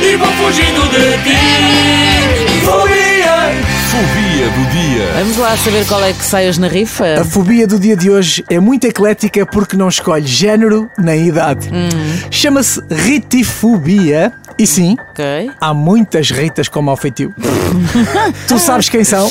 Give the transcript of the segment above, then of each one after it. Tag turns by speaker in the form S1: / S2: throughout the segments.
S1: fugindo de ti. Fobia!
S2: Fobia do dia.
S3: Vamos lá saber qual é que sai hoje na rifa.
S4: A fobia do dia de hoje é muito eclética porque não escolhe género nem idade.
S3: Hum.
S4: Chama-se ritifobia e sim,
S3: Ok.
S4: há muitas ritas com mau feitio. tu sabes quem são,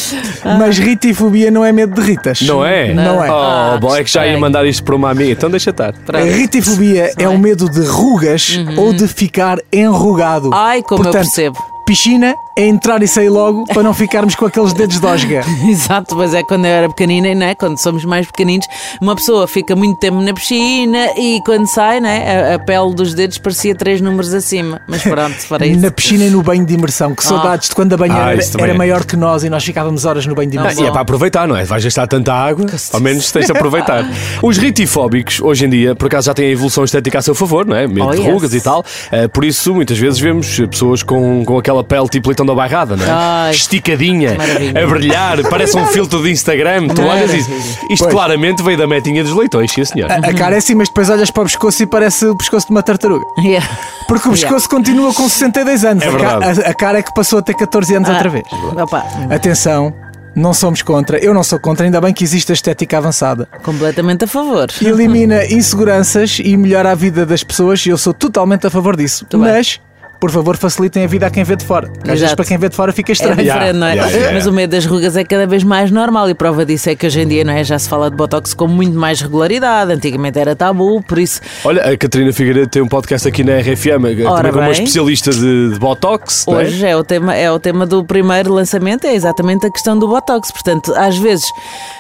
S4: mas ritifobia não é medo de ritas.
S2: Não é?
S4: Não é.
S2: Oh,
S3: Ah,
S2: bom, é que já ia
S3: estranho.
S2: mandar isto para uma amiga, então deixa estar.
S4: A ritifobia é o medo de rugas ou de ficar enrugado.
S3: Uhum. Ai, como eu
S4: Portanto,
S3: percebo.
S4: Piscina é entrar e sair logo para não ficarmos com aqueles dedos de osga.
S3: Exato, mas é quando eu era pequenina, né? quando somos mais pequeninos, uma pessoa fica muito tempo na piscina e quando sai, né? a, a pele dos dedos parecia três números acima. Mas pronto, para É isso. Ah.
S4: Na piscina e no banho de imersão. Que saudades de quando a banheira
S2: Ah,
S4: era,
S2: isso também
S4: era
S2: é.
S4: maior que nós e nós ficávamos horas no banho de
S2: Ah,
S4: imersão.
S2: e é para aproveitar, não é? Vais gastar tanta água, ao menos tens de aproveitar. Os ritifóbicos, hoje em dia, por acaso já têm a evolução estética a seu favor, não é? Medo
S3: Oh,
S2: de
S3: yes.
S2: rugas e tal. Eh, por isso, muitas vezes vemos pessoas com, com aquela pele tipo leitão da barrada, não é?
S3: Ai,
S2: Esticadinha,
S3: maravilha.
S2: a brilhar, parece um filtro de Instagram. Tu olhas e dizes, isto
S4: Pois.
S2: claramente veio da metinha dos leitões, sim senhor.
S4: A cara é assim, mas depois olhas para o pescoço e parece o pescoço de uma tartaruga.
S3: Yeah.
S4: Porque o pescoço continua com 62 anos.
S2: É
S4: a, ca-
S2: verdade.
S4: a- a cara é que passou a ter 14
S3: Ah.
S4: anos outra vez.
S3: Opa,
S4: Atenção, não somos contra. Eu não sou contra, ainda bem que existe a estética avançada.
S3: completamente a favor.
S4: Elimina inseguranças e melhora a vida das pessoas e eu sou totalmente a favor disso.
S3: bem.
S4: mas, por favor, facilitem a vida a quem vê de fora. Às vezes
S3: Exato.
S4: para quem vê de fora fica
S3: É
S4: estranho.
S3: diferente,
S2: Yeah,
S3: não é?
S2: yeah, yeah.
S3: Mas o medo das rugas é cada vez mais normal e prova disso é que hoje em dia, não é? Já se fala de botox com muito mais regularidade. Antigamente era tabu, por isso
S2: Olha, a Catarina Figueiredo tem um podcast aqui na RFM, eh, também com uma
S3: bem.
S2: especialista de, de Botox. não é?
S3: Hoje é o, tema, é o tema do primeiro lançamento, é exatamente a questão do Botox. Portanto, às vezes,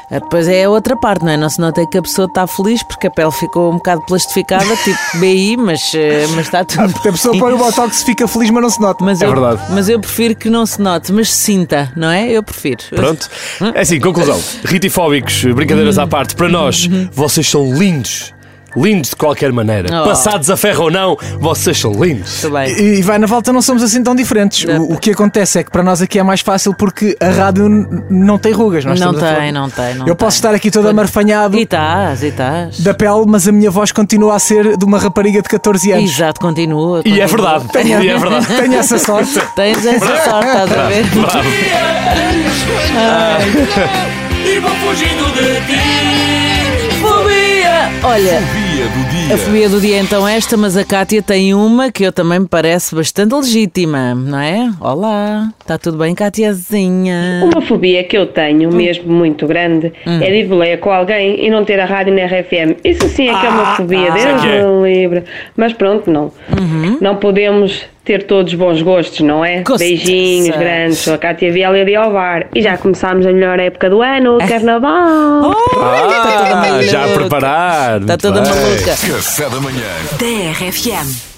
S3: eh, depois é a outra parte, não é? Não se nota que a pessoa está feliz porque a pele ficou um bocado plastificada, tipo BI, mas, eh, mas está tudo.
S4: Ah, A pessoa
S3: bem.
S4: põe o botox fica feliz, mas não se nota.
S3: mas
S2: É
S3: eu,
S2: verdade.
S3: Mas eu prefiro que não se note, mas sinta, não é? Eu prefiro.
S2: Pronto. É assim, conclusão. Ritifóbicos, brincadeiras à parte, para nós, vocês são lindos. Lindos de qualquer maneira.
S3: Oh.
S2: Passados a ferro ou não, vocês são lindos.
S3: Muito bem.
S4: E e vai na volta, não somos assim tão diferentes. O, o que acontece é que para nós aqui é mais fácil porque a rádio n- não tem rugas. Nós
S3: Não
S4: estamos
S3: tem,
S4: a falar-
S3: não tem, não
S4: Eu posso
S3: tem.
S4: estar aqui todo amarfanhado
S3: E estás, e estás.
S4: da pele, mas a minha voz continua a ser de uma rapariga de 14 anos.
S3: Exato, continua.
S2: E
S3: continua.
S2: é verdade. E é verdade.
S4: Tenho essa sorte.
S3: Tens essa sorte, estás a ver?
S1: E vou fugindo de ti.
S3: Fobia! Olha.
S2: Fobia do dia.
S3: A fobia do dia é então esta, mas a Cátia tem uma que eu também me parece bastante legítima, não é? Olá, está tudo bem, Cátiazinha?
S5: Uma fobia que eu tenho, mesmo muito grande, é de ir de boleia com alguém e não ter a rádio na RFM. Isso sim é que é uma fobia, Deus
S2: Isso é que é.
S5: me livre. Mas pronto, não. Não podemos ter todos bons gostos, não é?
S3: Com
S5: Beijinhos
S3: certeza.
S5: grandes. Sou a Cátia Viela de Alvar. E já começámos a melhor época do ano, o Carnaval.
S3: está toda
S2: Ah, já Ah. a
S3: maluca.
S2: preparar.
S3: Está
S2: Muito
S3: toda
S2: bem.
S3: maluca.
S6: Café da manhã.
S7: TRFM.